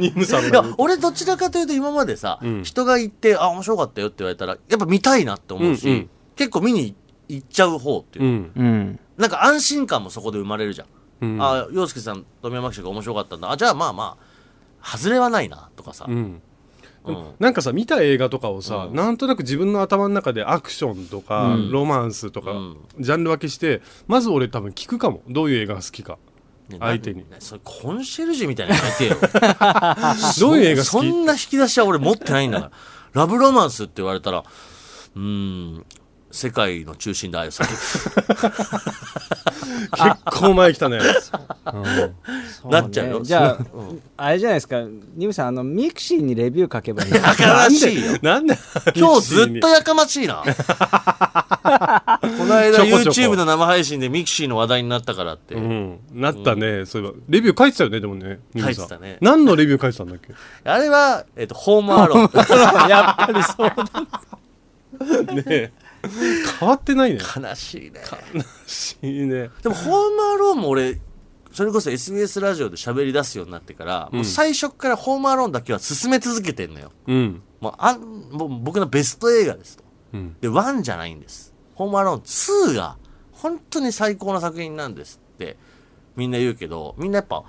[SPEAKER 3] ニムさん
[SPEAKER 2] い
[SPEAKER 3] が
[SPEAKER 2] や俺どちらかというと今までさ、
[SPEAKER 3] うん
[SPEAKER 2] 人が行ってあ面白かったよって言われたらやっぱ見たいなって思うし、
[SPEAKER 3] うんうん
[SPEAKER 2] 結構見に行っちゃう方っていうう、
[SPEAKER 3] ん
[SPEAKER 4] うん
[SPEAKER 2] なんか安心感もそこで生まれるじゃん、
[SPEAKER 3] うん
[SPEAKER 2] あ洋介さん富山記者が面白かったんだあじゃあまあまあ外れはないなとかさ、
[SPEAKER 3] うん
[SPEAKER 2] うん
[SPEAKER 3] なんかさ見た映画とかをさ、
[SPEAKER 2] うん
[SPEAKER 3] なんとなく自分の頭の中でアクションとか、
[SPEAKER 2] うん
[SPEAKER 3] ロマンスとか、
[SPEAKER 2] うん
[SPEAKER 3] ジャンル分けしてまず俺多分聞くかもどういう映画が好きか
[SPEAKER 2] ね
[SPEAKER 3] 相手に
[SPEAKER 2] なそれコンシェルジュみたいなのやめてよ
[SPEAKER 3] どう いう映画
[SPEAKER 2] そ
[SPEAKER 3] 好き
[SPEAKER 2] んな引き出しは俺持ってないん だからラブロマンスって言われたらうーん世界の中心で愛を叫 ぶ
[SPEAKER 3] 結構前来たね、
[SPEAKER 4] そうね
[SPEAKER 2] なっちゃうよ
[SPEAKER 4] じゃあ
[SPEAKER 2] うん
[SPEAKER 4] あれじゃないですかニムさんあのミクシーにレビュー書けばいいんじゃない
[SPEAKER 2] やからしいよ
[SPEAKER 3] なんで
[SPEAKER 2] 今日ずっとやかましい な。この間
[SPEAKER 3] ちょこちょこ
[SPEAKER 2] YouTube の生配信でミクシーの話題になったからって。
[SPEAKER 3] う
[SPEAKER 2] い
[SPEAKER 3] ん、なったね、そういえばレビュー書いてたよねでもねニムさん
[SPEAKER 2] 書いてたね
[SPEAKER 3] 何のレビュー書いてたんだっけ
[SPEAKER 2] やあれは、えっ、と、ホームアローン。
[SPEAKER 4] やっぱりそう
[SPEAKER 3] ねえ変わってないね
[SPEAKER 2] 悲し いね。
[SPEAKER 3] いいね
[SPEAKER 2] でも、ホームアローンも俺、それこそ SBS ラジオで喋り出すようになってから、もう最初からホームアローンだけは進め続けてんのよ。
[SPEAKER 3] うん
[SPEAKER 2] もうあんもう僕のベスト映画ですと。
[SPEAKER 3] うん
[SPEAKER 2] で、1じゃないんです。ホームアローン2が本当に最高の作品なんですってみんな言うけど、みんなやっぱ、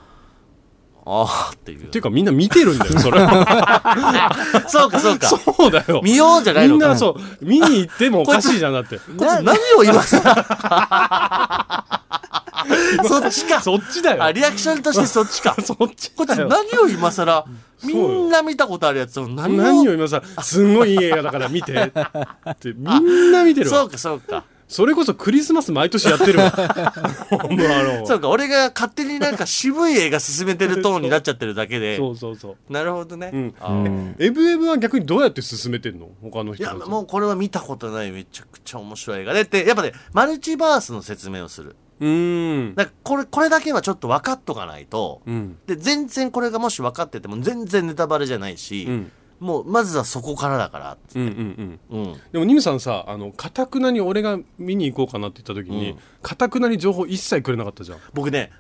[SPEAKER 2] ああっていう。
[SPEAKER 3] っていうかみんな見てるんだよそれ
[SPEAKER 2] そう か、そうか。
[SPEAKER 3] そうだよ
[SPEAKER 2] 見ようじゃないの
[SPEAKER 3] みん
[SPEAKER 2] か。
[SPEAKER 3] なそう見に行ってもおかしいじゃんだって
[SPEAKER 2] こいつ何を言いますか そっちか。
[SPEAKER 3] そっちだよ
[SPEAKER 2] あ、リアクションとしてそっちか。
[SPEAKER 3] そっち
[SPEAKER 2] こいつ
[SPEAKER 3] だよ
[SPEAKER 2] 何を今更、みんな見たことあるやつを何を。
[SPEAKER 3] 何を今さすんごいいい映画だから見てってみんな見てる
[SPEAKER 2] そう
[SPEAKER 3] わ
[SPEAKER 2] か、そうか。
[SPEAKER 3] それこそクリスマス毎年やって るわホームアローン
[SPEAKER 2] そうか、俺が勝手になんか渋い映画進めてるトーンになっちゃってるだけで。
[SPEAKER 3] そうそうそう
[SPEAKER 2] なるほどね。
[SPEAKER 3] うん
[SPEAKER 2] あー
[SPEAKER 3] エブエブは逆にどうやって進めてんの他の
[SPEAKER 2] い
[SPEAKER 3] 人
[SPEAKER 2] や、
[SPEAKER 3] たち
[SPEAKER 2] もうこれは見たことないめちゃくちゃ面白い映画でって、やっぱね、マルチバースの説明をする。
[SPEAKER 3] うーん
[SPEAKER 2] だからこれ、これだけはちょっと分かっとかないと、
[SPEAKER 3] うん
[SPEAKER 2] で全然これがもし分かってても全然ネタバレじゃないし、
[SPEAKER 3] うん
[SPEAKER 2] もうまずはそこからだから
[SPEAKER 3] うんうんうん
[SPEAKER 2] うん
[SPEAKER 3] でもニムさんさあのかたくなに俺が見に行こうかなって言った時
[SPEAKER 2] う
[SPEAKER 3] に
[SPEAKER 2] ん
[SPEAKER 3] かたくなに情報一切くれなかったじゃん
[SPEAKER 2] 僕ね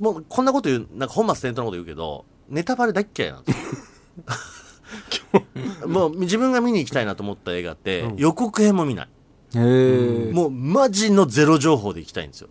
[SPEAKER 2] もうこんなこと言うなんか本末転倒なこと言うけどネタバレ大っ嫌いなんですよ もう自分が見に行きたいなと思った映画って、
[SPEAKER 3] うん
[SPEAKER 2] 予告編も見ない
[SPEAKER 4] へえ
[SPEAKER 2] もうマジのゼロ情報で行きたいんですよ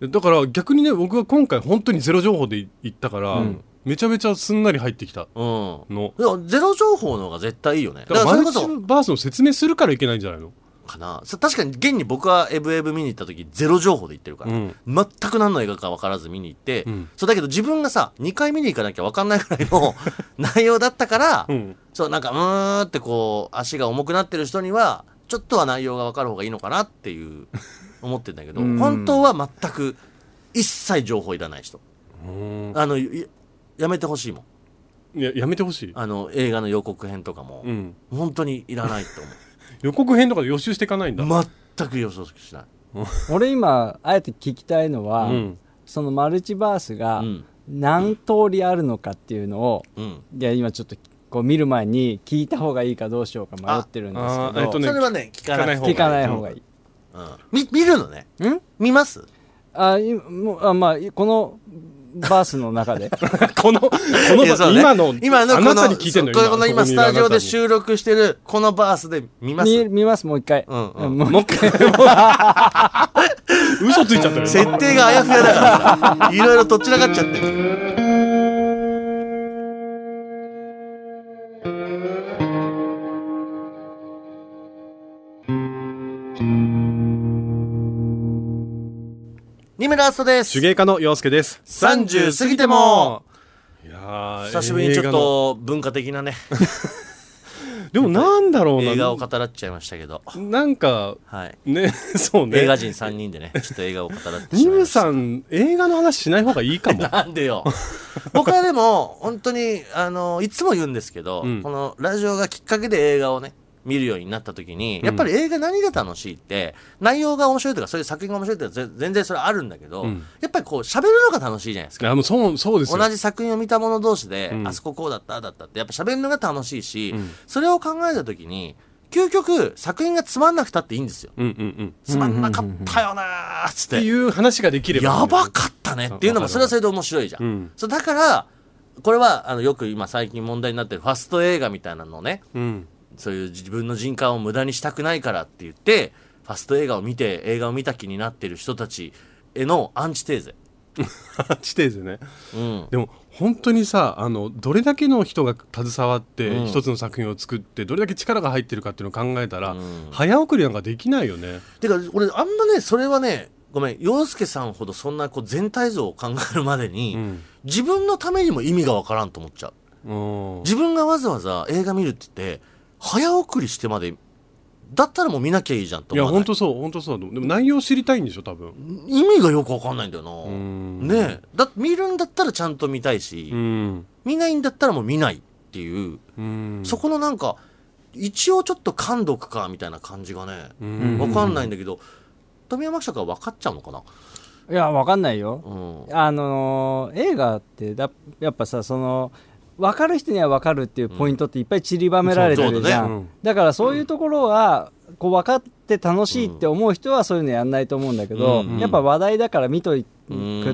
[SPEAKER 3] だから逆にね僕は今回本当にゼロ情報で行ったから、
[SPEAKER 4] うん
[SPEAKER 3] めちゃめちゃすんなり入ってきた
[SPEAKER 2] うん
[SPEAKER 3] の
[SPEAKER 2] でもゼロ情報の方が絶対いいよねだ
[SPEAKER 3] だ
[SPEAKER 2] か
[SPEAKER 3] からら
[SPEAKER 2] それ
[SPEAKER 3] マル
[SPEAKER 2] こ
[SPEAKER 3] チ
[SPEAKER 2] そ
[SPEAKER 3] バースの説明するからいけないんじゃないの
[SPEAKER 2] かなさ確かに現に僕は「エブエブ」見に行った時ゼロ情報で行ってるから、
[SPEAKER 3] うん
[SPEAKER 2] 全く何の映画か分からず見に行って、
[SPEAKER 3] ん
[SPEAKER 2] そうだけど自分がさ2回見に行かなきゃ分かんないぐらいの 内容だったから、
[SPEAKER 3] ん
[SPEAKER 2] そうなんかうーんってこう足が重くなってる人にはちょっとは内容が分かる方がいいのかなっていう思ってんだけど
[SPEAKER 4] うん
[SPEAKER 2] 本当は全く一切情報いらない人
[SPEAKER 3] うん
[SPEAKER 2] あのいやめてほしいもん
[SPEAKER 3] いややめてほしい、
[SPEAKER 2] あの映画の予告編とかも、
[SPEAKER 3] うん、
[SPEAKER 2] 本当にいらないと思う。
[SPEAKER 3] 予告編とかで予習していかないん だ、
[SPEAKER 2] 全く予想しない。
[SPEAKER 4] 俺今あえて聞きたいのは、
[SPEAKER 3] うん
[SPEAKER 4] そのマルチバースが
[SPEAKER 2] うん
[SPEAKER 4] 何通りあるのかっていうのを、
[SPEAKER 2] うん。
[SPEAKER 4] いや今ちょっとこう見る前に聞いた方がいいかどうしようか迷ってるんですけ
[SPEAKER 3] あ
[SPEAKER 4] ど
[SPEAKER 3] あえっと
[SPEAKER 2] それ
[SPEAKER 3] ね
[SPEAKER 2] はね、聞かない
[SPEAKER 3] 聞
[SPEAKER 4] 聞かない方がいい。
[SPEAKER 2] うんみ見るのね。
[SPEAKER 4] ん
[SPEAKER 2] 見ます
[SPEAKER 4] あいもうあまあいこのバースの中 で
[SPEAKER 3] このこ
[SPEAKER 2] いやそう
[SPEAKER 3] の
[SPEAKER 2] ね
[SPEAKER 3] 今の
[SPEAKER 2] 今の
[SPEAKER 3] あ
[SPEAKER 2] こ
[SPEAKER 3] な
[SPEAKER 2] の
[SPEAKER 3] たに聞いてんの
[SPEAKER 2] そうこの今スタジオで
[SPEAKER 3] ュ
[SPEAKER 2] 収録してるこのバースで見ます
[SPEAKER 4] 見見ますもう一回、
[SPEAKER 2] うんうん
[SPEAKER 4] もう 一回
[SPEAKER 3] 嘘ついちゃったよ
[SPEAKER 2] 設定があやふやだから さ、いろいろとっちらかっちゃってる。二村ストです
[SPEAKER 3] 手。芸家の洋介です
[SPEAKER 2] 30過ぎても
[SPEAKER 3] いやー
[SPEAKER 2] 久しぶりにちょっ
[SPEAKER 3] 映画の
[SPEAKER 2] と文化的なね、
[SPEAKER 3] でもなんだろうな
[SPEAKER 2] 映画を語らっちゃいましたけど。
[SPEAKER 3] なんか
[SPEAKER 2] はい。
[SPEAKER 3] ね そうね
[SPEAKER 2] 映画人3人でね、ちょっと映画を語らって
[SPEAKER 3] ニ
[SPEAKER 2] しまい
[SPEAKER 3] ム
[SPEAKER 2] ました。
[SPEAKER 3] さん映画の話しない方がいい かも
[SPEAKER 2] なんでよ。僕はでも、本当に、あの、いつも言うんですけど、
[SPEAKER 3] うん
[SPEAKER 2] このラジオがきっかけで映画をね、見るようになった時に、やっぱり映画何が楽しいって、内容が面白いとか、そういう作品が面白いとか、ぜ全然それあるんだけど、
[SPEAKER 3] ん
[SPEAKER 2] やっぱりこう、喋るのが楽しいじゃないですか。
[SPEAKER 3] あもうそうそうですよ
[SPEAKER 2] 同じ作品を見た者同士で、
[SPEAKER 3] ん
[SPEAKER 2] あそここうだった、ああだったって、やっぱ喋るのが楽しいし、
[SPEAKER 3] ん
[SPEAKER 2] それを考えた時に、究極、作品がつまんなくたっていいんですよ。
[SPEAKER 3] うんうんうん
[SPEAKER 2] つまんなかったよなーっつっ
[SPEAKER 3] って
[SPEAKER 2] て
[SPEAKER 3] い。う話ができれば
[SPEAKER 2] やばかったねっていうのも
[SPEAKER 3] わかる
[SPEAKER 2] それはそれで面白いじゃん、
[SPEAKER 3] うん
[SPEAKER 2] そうだからこれはあのよく今最近問題になってるファスト映画みたいなのをね
[SPEAKER 3] うん
[SPEAKER 2] そういう自分の人感を無駄にしたくないからって言ってファスト映画を見て映画を見た気になってる人たちへのアンチテーゼ、
[SPEAKER 3] 地底図ね
[SPEAKER 2] うん、
[SPEAKER 3] でも本当にさあのどれだけの人が携わって
[SPEAKER 2] うん
[SPEAKER 3] 一つの作品を作ってどれだけ力が入ってるかっていうのを考えたら、
[SPEAKER 2] うん
[SPEAKER 3] 早送りなんかできないよね
[SPEAKER 2] てか俺あんまねそれはねごめん洋介さんほどそんなこう全体像を考えるまでに、
[SPEAKER 3] うん
[SPEAKER 2] 自分のためにも意味がわからんと思っちゃう
[SPEAKER 3] うん
[SPEAKER 2] 自分がわざわざ映画見るって言って早送りしてまでだったらもう見なきゃいいじゃんと
[SPEAKER 3] い
[SPEAKER 2] 思わ
[SPEAKER 3] や
[SPEAKER 2] ない
[SPEAKER 3] 本当そう本当そうだと思うでも内容知りたいんでしょ多分
[SPEAKER 2] 意味がよくわかんないんだよな、
[SPEAKER 3] ん
[SPEAKER 2] ねえだって見るんだったらちゃんと見たいし、
[SPEAKER 3] うん
[SPEAKER 2] 見ないんだったらもう見ないっていう、
[SPEAKER 3] うん
[SPEAKER 2] そこのなんか一応ちょっと噛んどくかみたいな感じがね
[SPEAKER 3] うん
[SPEAKER 2] わかんないんだけど、富山記者が分かっちゃうのかな、
[SPEAKER 4] いやわかんないよ
[SPEAKER 2] うん
[SPEAKER 4] あのー映画ってだやっぱさその分かる人には分かるっていうポイントっていっぱい散りばめられてるじゃん、
[SPEAKER 2] うん
[SPEAKER 3] そうだね
[SPEAKER 4] だからそういうところは、こう分かって楽しいって思う人はそういうのやんないと思うんだけど、
[SPEAKER 2] うん
[SPEAKER 4] やっぱ話題だから見とく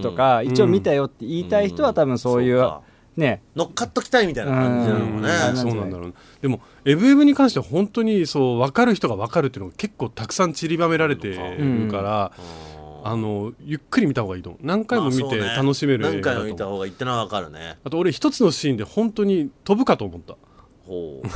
[SPEAKER 4] とか、
[SPEAKER 3] ん
[SPEAKER 4] 一応見たよって言いたい人は多分そういう、
[SPEAKER 2] か
[SPEAKER 4] ね
[SPEAKER 2] 乗っかっときたいみたいな感じなのかね、
[SPEAKER 4] う
[SPEAKER 3] うんんそうなんだろうなでも「エブエブ」に関しては本当にそう分かる人が分かるっていうのが結構たくさん散りばめられてるから、あのゆっくり見た方がいいと思う何回も見て
[SPEAKER 2] まあそうね
[SPEAKER 3] 楽しめる映
[SPEAKER 2] 何回
[SPEAKER 3] 画
[SPEAKER 2] も
[SPEAKER 3] だと思
[SPEAKER 2] 見た
[SPEAKER 3] う
[SPEAKER 2] 方がいってのは分かるね
[SPEAKER 3] あと俺一つのシーンで本当に飛ぶかと思った
[SPEAKER 2] ほう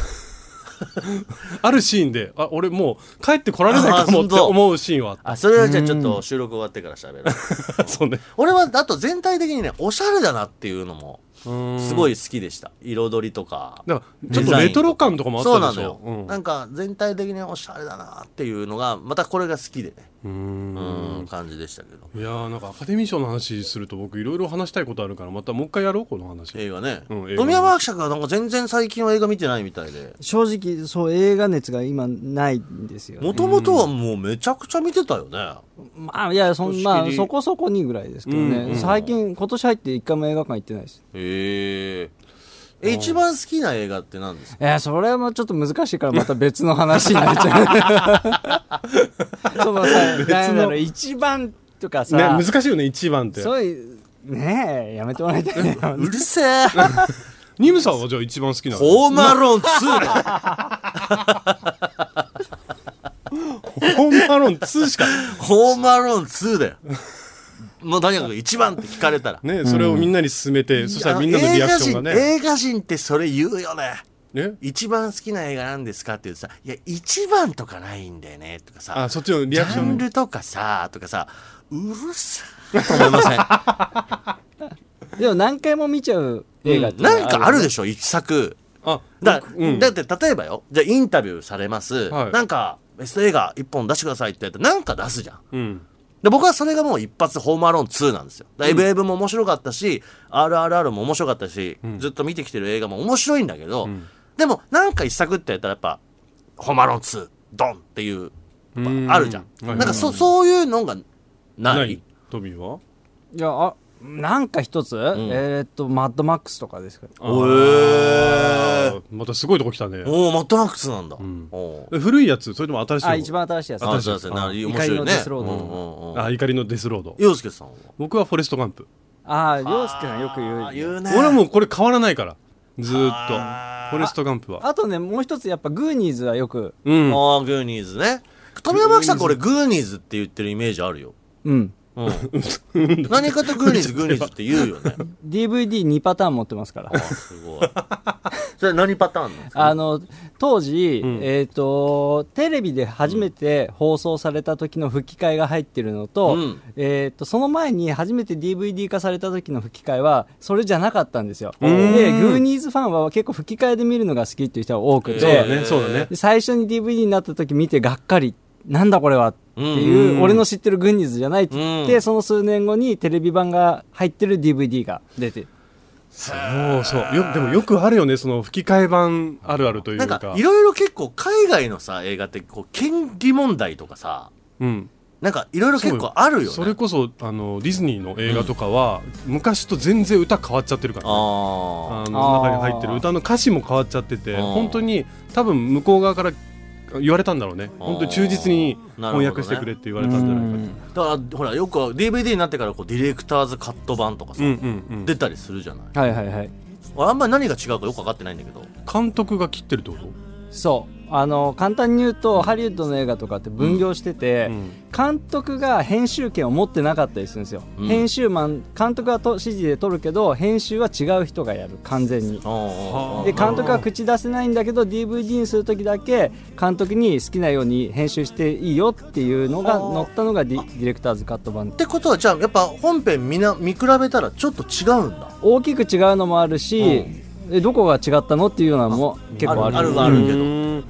[SPEAKER 3] あるシーンであ俺もう帰ってこられないかもって
[SPEAKER 2] あ本当
[SPEAKER 3] 思うシーンはあっ
[SPEAKER 2] あそれはじゃあちょっと収録終わってから喋る
[SPEAKER 3] たそうね
[SPEAKER 2] 俺はあと全体的にねおしゃれだなっていうのもすごい好きでした彩りとか
[SPEAKER 3] だからちょっとレトロ感とかもあっ
[SPEAKER 2] そう
[SPEAKER 3] た
[SPEAKER 2] な
[SPEAKER 3] でし
[SPEAKER 2] のよ
[SPEAKER 3] ょ、うん
[SPEAKER 2] なんか全体的におしゃれだなっていうのがまたこれが好きでね
[SPEAKER 3] うん
[SPEAKER 2] うん感じでしたけど
[SPEAKER 3] いやーなんかアカデミー賞の話すると僕いろいろ話したいことあるからまたもう一回やろうこの話
[SPEAKER 2] 映画ね、
[SPEAKER 3] うん映画
[SPEAKER 2] 富山伯爵はなんか全然最近は映画見てないみたいで
[SPEAKER 4] 正直そう映画熱が今ないんですよ、ね
[SPEAKER 2] もともとはもうめちゃくちゃ見てたよね
[SPEAKER 4] まあいやそん、ま
[SPEAKER 2] しき
[SPEAKER 4] あ、
[SPEAKER 2] り
[SPEAKER 4] そこそこにぐらいですけどね、
[SPEAKER 3] うんうん
[SPEAKER 4] 最近今年入って一回も映画館行ってないです
[SPEAKER 2] へええ一番好きな映画って何ですか
[SPEAKER 4] いやそれもちょっと難しいからまた別の話になっちゃ うそのさなんだろう一番とかさ、
[SPEAKER 3] ね、難しいよね一番って
[SPEAKER 4] そういうねえやめてもらい たいな
[SPEAKER 2] うるせえ
[SPEAKER 3] ニムさんはじゃあ一番好きなの
[SPEAKER 2] ホームアローン2だ
[SPEAKER 3] ホームアローン2しか
[SPEAKER 2] ホームアローン2だよ。もうとにかく一番って聞かれ たら。
[SPEAKER 3] ねそれをみんなに勧めて、そしたらみんなのリアクションが
[SPEAKER 2] いや
[SPEAKER 3] ね
[SPEAKER 2] 映画人映画人ってそれ言うよね。
[SPEAKER 3] いえ
[SPEAKER 2] 一番好きな映画なんですかって言うとさ、いや、一番とかないんだよね、とかさ、
[SPEAKER 3] あそっちのリ
[SPEAKER 2] ジ
[SPEAKER 3] アクシ
[SPEAKER 2] ャ
[SPEAKER 3] ョン
[SPEAKER 2] ン
[SPEAKER 3] ね
[SPEAKER 2] ルとかさ、とかさ、うるさーと思いません。
[SPEAKER 4] でも何回も見ちゃう映画っていうのは
[SPEAKER 2] なんかあるでしょ、一作。
[SPEAKER 3] あ
[SPEAKER 2] だ,、
[SPEAKER 3] うん
[SPEAKER 2] だって例えばよじゃあインタビューされます、
[SPEAKER 3] はい
[SPEAKER 2] なんかベスト映画一本出してくださいって言ったらなんか出すじゃん
[SPEAKER 3] うん
[SPEAKER 2] で僕はそれがもう一発ホームアローン2なんですよ「だエブエブ」も面白かったし「RRR」も面白かったし、ずっと見てきてる映画も面白いんだけど、でもなんか一作ってやったらやっぱ「ホームアローン2」ドンっていうやっぱあるじゃん、
[SPEAKER 3] うんはい
[SPEAKER 2] なんかそそういうのがない
[SPEAKER 3] ないトビーはい
[SPEAKER 4] やあなんか一つ、えーっとマッドマックスとかですか
[SPEAKER 2] お
[SPEAKER 3] あ
[SPEAKER 2] え
[SPEAKER 3] ーまたすごいとこ来たね
[SPEAKER 2] おおマットマックスなんだ、
[SPEAKER 3] ん
[SPEAKER 2] おー
[SPEAKER 3] え古いやつそれとも新しい方
[SPEAKER 4] あ一番新しいやつ
[SPEAKER 2] あそうそうそうな面白い
[SPEAKER 4] 怒りのデ
[SPEAKER 2] ね
[SPEAKER 4] スロード
[SPEAKER 2] うんうんうん
[SPEAKER 3] あ怒りのデスロード
[SPEAKER 2] 洋介さんは
[SPEAKER 3] 僕はフォレストガンプ
[SPEAKER 4] ああ洋介さんよく
[SPEAKER 2] あー
[SPEAKER 4] 言う
[SPEAKER 2] 言うね
[SPEAKER 3] 俺もうこれ変わらないからずーっと
[SPEAKER 2] あー
[SPEAKER 3] フォレストガンプは
[SPEAKER 4] あとねもう一つやっぱグーニーズはよく
[SPEAKER 3] うん
[SPEAKER 2] ああ、グーニーズね。富山さん、これグーニーズって言ってるイメージあるよ。
[SPEAKER 4] うん
[SPEAKER 2] うん。何かとグーニーズ、グーニーズって言うよね。
[SPEAKER 4] DVD2 パターン持ってますから
[SPEAKER 2] あすごい。 それ何パターンなの
[SPEAKER 4] あの当時、えっ、とテレビで初めて放送された時の吹き替えが入ってるのと,、
[SPEAKER 2] うん
[SPEAKER 4] えっとその前に初めて DVD 化された時の吹き替えはそれじゃなかったんですよでグ
[SPEAKER 3] ん
[SPEAKER 4] ーニーズファンは結構吹き替えで見るのが好きっていう人が多くて、
[SPEAKER 3] そうだねそうだね
[SPEAKER 4] で最初に DVD になった時見てがっかりなんだこれはって
[SPEAKER 3] う
[SPEAKER 4] い
[SPEAKER 3] ん
[SPEAKER 4] う俺の知ってるグーニーズじゃないって言って、
[SPEAKER 2] うん
[SPEAKER 4] その数年後にテレビ版が入ってる DVD が出て
[SPEAKER 3] そうそうよでもよくあるよねその吹き替え版あるある という
[SPEAKER 2] な
[SPEAKER 3] か
[SPEAKER 2] んか、いろいろ結構海外のさ、映画って、こう、権利問題とかさ、
[SPEAKER 3] うん
[SPEAKER 2] なんかいろいろ結構あるよ
[SPEAKER 3] それ
[SPEAKER 2] ね。
[SPEAKER 3] こそあのディズニーの映画とかは、昔と全然歌変わっちゃってるから、
[SPEAKER 2] ああ。
[SPEAKER 3] あの
[SPEAKER 4] あー
[SPEAKER 3] 中に入ってる歌の歌詞も変わっちゃってて
[SPEAKER 2] あー
[SPEAKER 3] 本当に多分向こう側から言われたんだろうね本当に忠実に
[SPEAKER 2] なるほどね
[SPEAKER 3] 翻訳してくれって言われたんじゃないかって
[SPEAKER 2] だから、ほら、よく DVD になってから、こう、ディレクターズカット版とかさ
[SPEAKER 3] うん、うんうん
[SPEAKER 2] 出たりするじゃない。
[SPEAKER 4] はいはいはい
[SPEAKER 2] 俺あんまり何が違うかよく分かってないんだけど。
[SPEAKER 3] 監督が切ってるってこと
[SPEAKER 4] そうあの簡単に言うとハリウッドの映画とかって分業してて、
[SPEAKER 3] うん
[SPEAKER 4] 監督が編集権を持ってなかったりするんですよ、
[SPEAKER 2] うん
[SPEAKER 4] 編集マン監督はと指示で撮るけど編集は違う人がやる完全に
[SPEAKER 2] あーあー。
[SPEAKER 4] で監督は口出せないんだけど DVD にする時だけ監督に好きなように編集していいよっていうのが載ったのがディディレクターズカット版
[SPEAKER 2] ってことはじゃあやっぱ本編みな見比べたらちょっと違うんだ
[SPEAKER 4] 大きく違うのもあるし、えどこが違ったのっていうのも結構ある
[SPEAKER 2] あるあるけど、
[SPEAKER 3] ね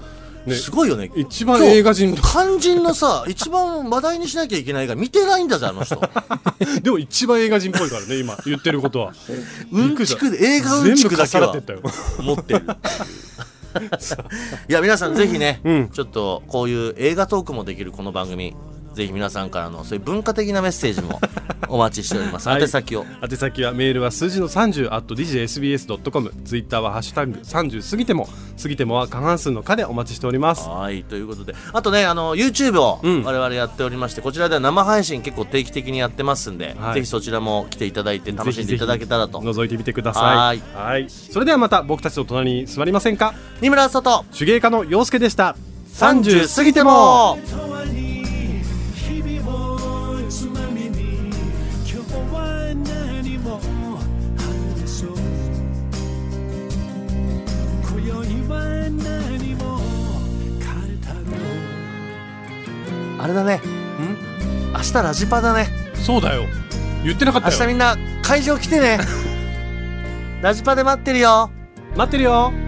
[SPEAKER 2] すごいよね
[SPEAKER 3] 一番映画人
[SPEAKER 2] 肝心のさ一番話題にしなきゃいけないが見てないんだぜあの 人
[SPEAKER 3] でも一番映画人っぽいからね今言って ることは
[SPEAKER 2] うんちくで映画うんち
[SPEAKER 3] 全部
[SPEAKER 2] くだけ
[SPEAKER 3] 重なっ
[SPEAKER 2] は
[SPEAKER 3] てったよ
[SPEAKER 2] 持ってるいや皆さんぜひね、
[SPEAKER 3] うん
[SPEAKER 2] ちょっとこういう映画トークもできるこの番組ぜひ皆さんからのそういう文化的なメッセージ もお待ちしております
[SPEAKER 3] はい
[SPEAKER 2] 宛先を
[SPEAKER 3] 宛先はメールは数字の30 at djsbs.com ツイッターはハッシュタグ30過ぎても過ぎてもは過半数の課でお待ちしております
[SPEAKER 2] はいということであとねあの YouTube を
[SPEAKER 3] うん
[SPEAKER 2] 我々やっておりまして、こちらでは生配信結構定期的にやってますんで、
[SPEAKER 3] はい
[SPEAKER 2] ぜひそちらも来ていただいて楽しんでいただけたらと
[SPEAKER 3] ぜひぜひ覗いてみてください
[SPEAKER 2] は
[SPEAKER 3] はいそれではまた僕たちの隣に座りませんか
[SPEAKER 2] 二村外
[SPEAKER 3] 手芸家の陽介でした
[SPEAKER 2] 30過ぎても
[SPEAKER 5] 永遠に日々をつまみに今日は何も話そう今宵は何も語ろう
[SPEAKER 2] あれだね明日ラジパだね
[SPEAKER 3] そうだよ言ってなかっ
[SPEAKER 2] 明日
[SPEAKER 3] た よ
[SPEAKER 2] みんな会場来てねラジパで待ってるよ
[SPEAKER 3] 待ってるよ